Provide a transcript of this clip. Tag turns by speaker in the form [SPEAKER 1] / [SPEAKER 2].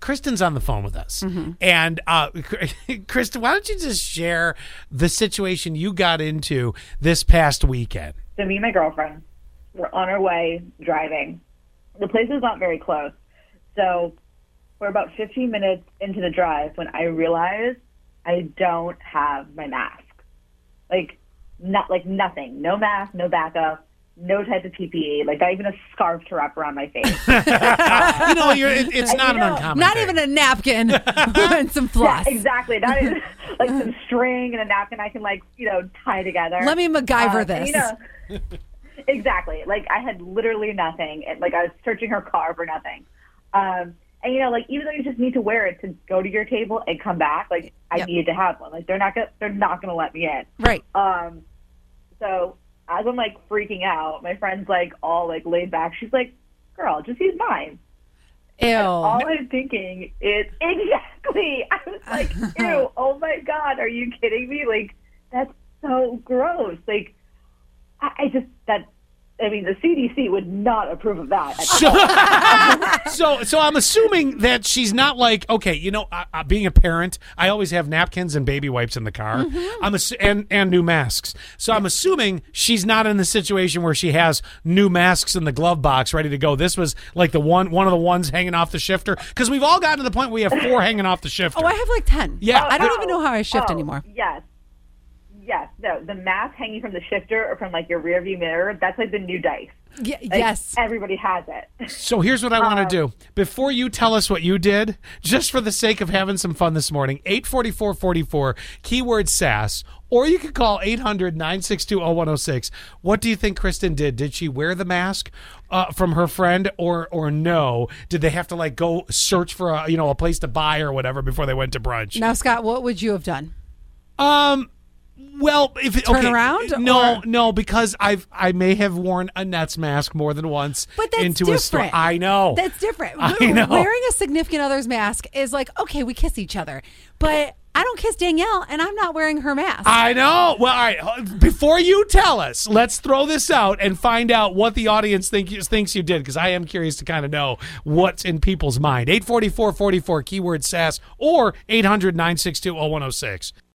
[SPEAKER 1] Kristen's on the phone with us,
[SPEAKER 2] Mm-hmm.
[SPEAKER 1] and uh, Kristen, why don't you just share the situation you got into this past weekend?
[SPEAKER 3] So me and my girlfriend were on our way driving. The place is not very close. So we're about 15 minutes into the drive when I realize I don't have my mask. Like not like nothing. No mask, no backup, no type of PPE. Like I even a scarf to wrap around my face.
[SPEAKER 1] you know, you're, it, it's not an
[SPEAKER 3] know,
[SPEAKER 1] uncommon.
[SPEAKER 2] Not
[SPEAKER 1] thing.
[SPEAKER 2] even a napkin and some floss.
[SPEAKER 3] exactly. Not even like some string and a napkin I can like, you know, tie together.
[SPEAKER 2] Let me MacGyver
[SPEAKER 3] Uh,
[SPEAKER 2] this.
[SPEAKER 3] You know, exactly. Like I had literally nothing. It, like I was searching her car for nothing. Um, and you know, like even though you just need to wear it to go to your table and come back, like I
[SPEAKER 2] Yep.
[SPEAKER 3] needed to have one. Like they're not gonna they're not gonna let me in.
[SPEAKER 2] Right.
[SPEAKER 3] Um, so as I'm like freaking out, my friend's like all like laid back. She's like, "Girl, just use mine."
[SPEAKER 2] Ew.
[SPEAKER 3] All I'm thinking is exactly. I was like, "Ew! Oh my god, are you kidding me? Like that's so gross!" Like I, I just that. I mean, the CDC would not approve of that.
[SPEAKER 1] so so I'm assuming that she's not like okay, you know, uh, uh, being a parent, I always have napkins and baby wipes in the car.
[SPEAKER 2] Mm-hmm.
[SPEAKER 1] I'm assu- and and new masks. So I'm assuming she's not in the situation where she has new masks in the glove box ready to go. This was like the one one of the ones hanging off the shifter because we've all gotten to the point where we have four hanging off the shifter.
[SPEAKER 2] Oh, I have like 10.
[SPEAKER 1] Yeah.
[SPEAKER 2] I don't
[SPEAKER 3] Oh,
[SPEAKER 2] even know how I shift
[SPEAKER 3] oh,
[SPEAKER 2] anymore.
[SPEAKER 3] Yes. Yes. No, the mask hanging from the shifter or from like your rearview mirror, that's like the new dice.
[SPEAKER 2] Y-
[SPEAKER 3] Like,
[SPEAKER 2] yes.
[SPEAKER 3] Everybody has it.
[SPEAKER 1] So here's what I want to do. Before you tell us what you did, just for the sake of having some fun this morning, 84444, keyword sass, or you could call 800 962 0106. What do you think Kristen did? Did she wear the mask uh, from her friend or or no? Did they have to like go search for a, you know, a place to buy or whatever before they went to brunch?
[SPEAKER 2] Now, Scott, what would you have done?
[SPEAKER 1] Um. Well, if it,
[SPEAKER 2] Turn
[SPEAKER 1] okay,
[SPEAKER 2] around,
[SPEAKER 1] no,
[SPEAKER 2] or-
[SPEAKER 1] no, because I've I may have worn a Nets mask more than once
[SPEAKER 2] But that's
[SPEAKER 1] into a
[SPEAKER 2] different.
[SPEAKER 1] store. I know
[SPEAKER 2] That's different.
[SPEAKER 1] I
[SPEAKER 2] We-
[SPEAKER 1] know.
[SPEAKER 2] Wearing a significant other's mask is like, okay, we kiss each other, but I don't kiss Danielle, and I'm not wearing her mask.
[SPEAKER 1] I know. Well, all right. Before you tell us, let's throw this out and find out what the audience think, thinks you did, because I am curious to kind of know what's in oh people's mind. 844 44, keyword SASS, or 800 962 0106.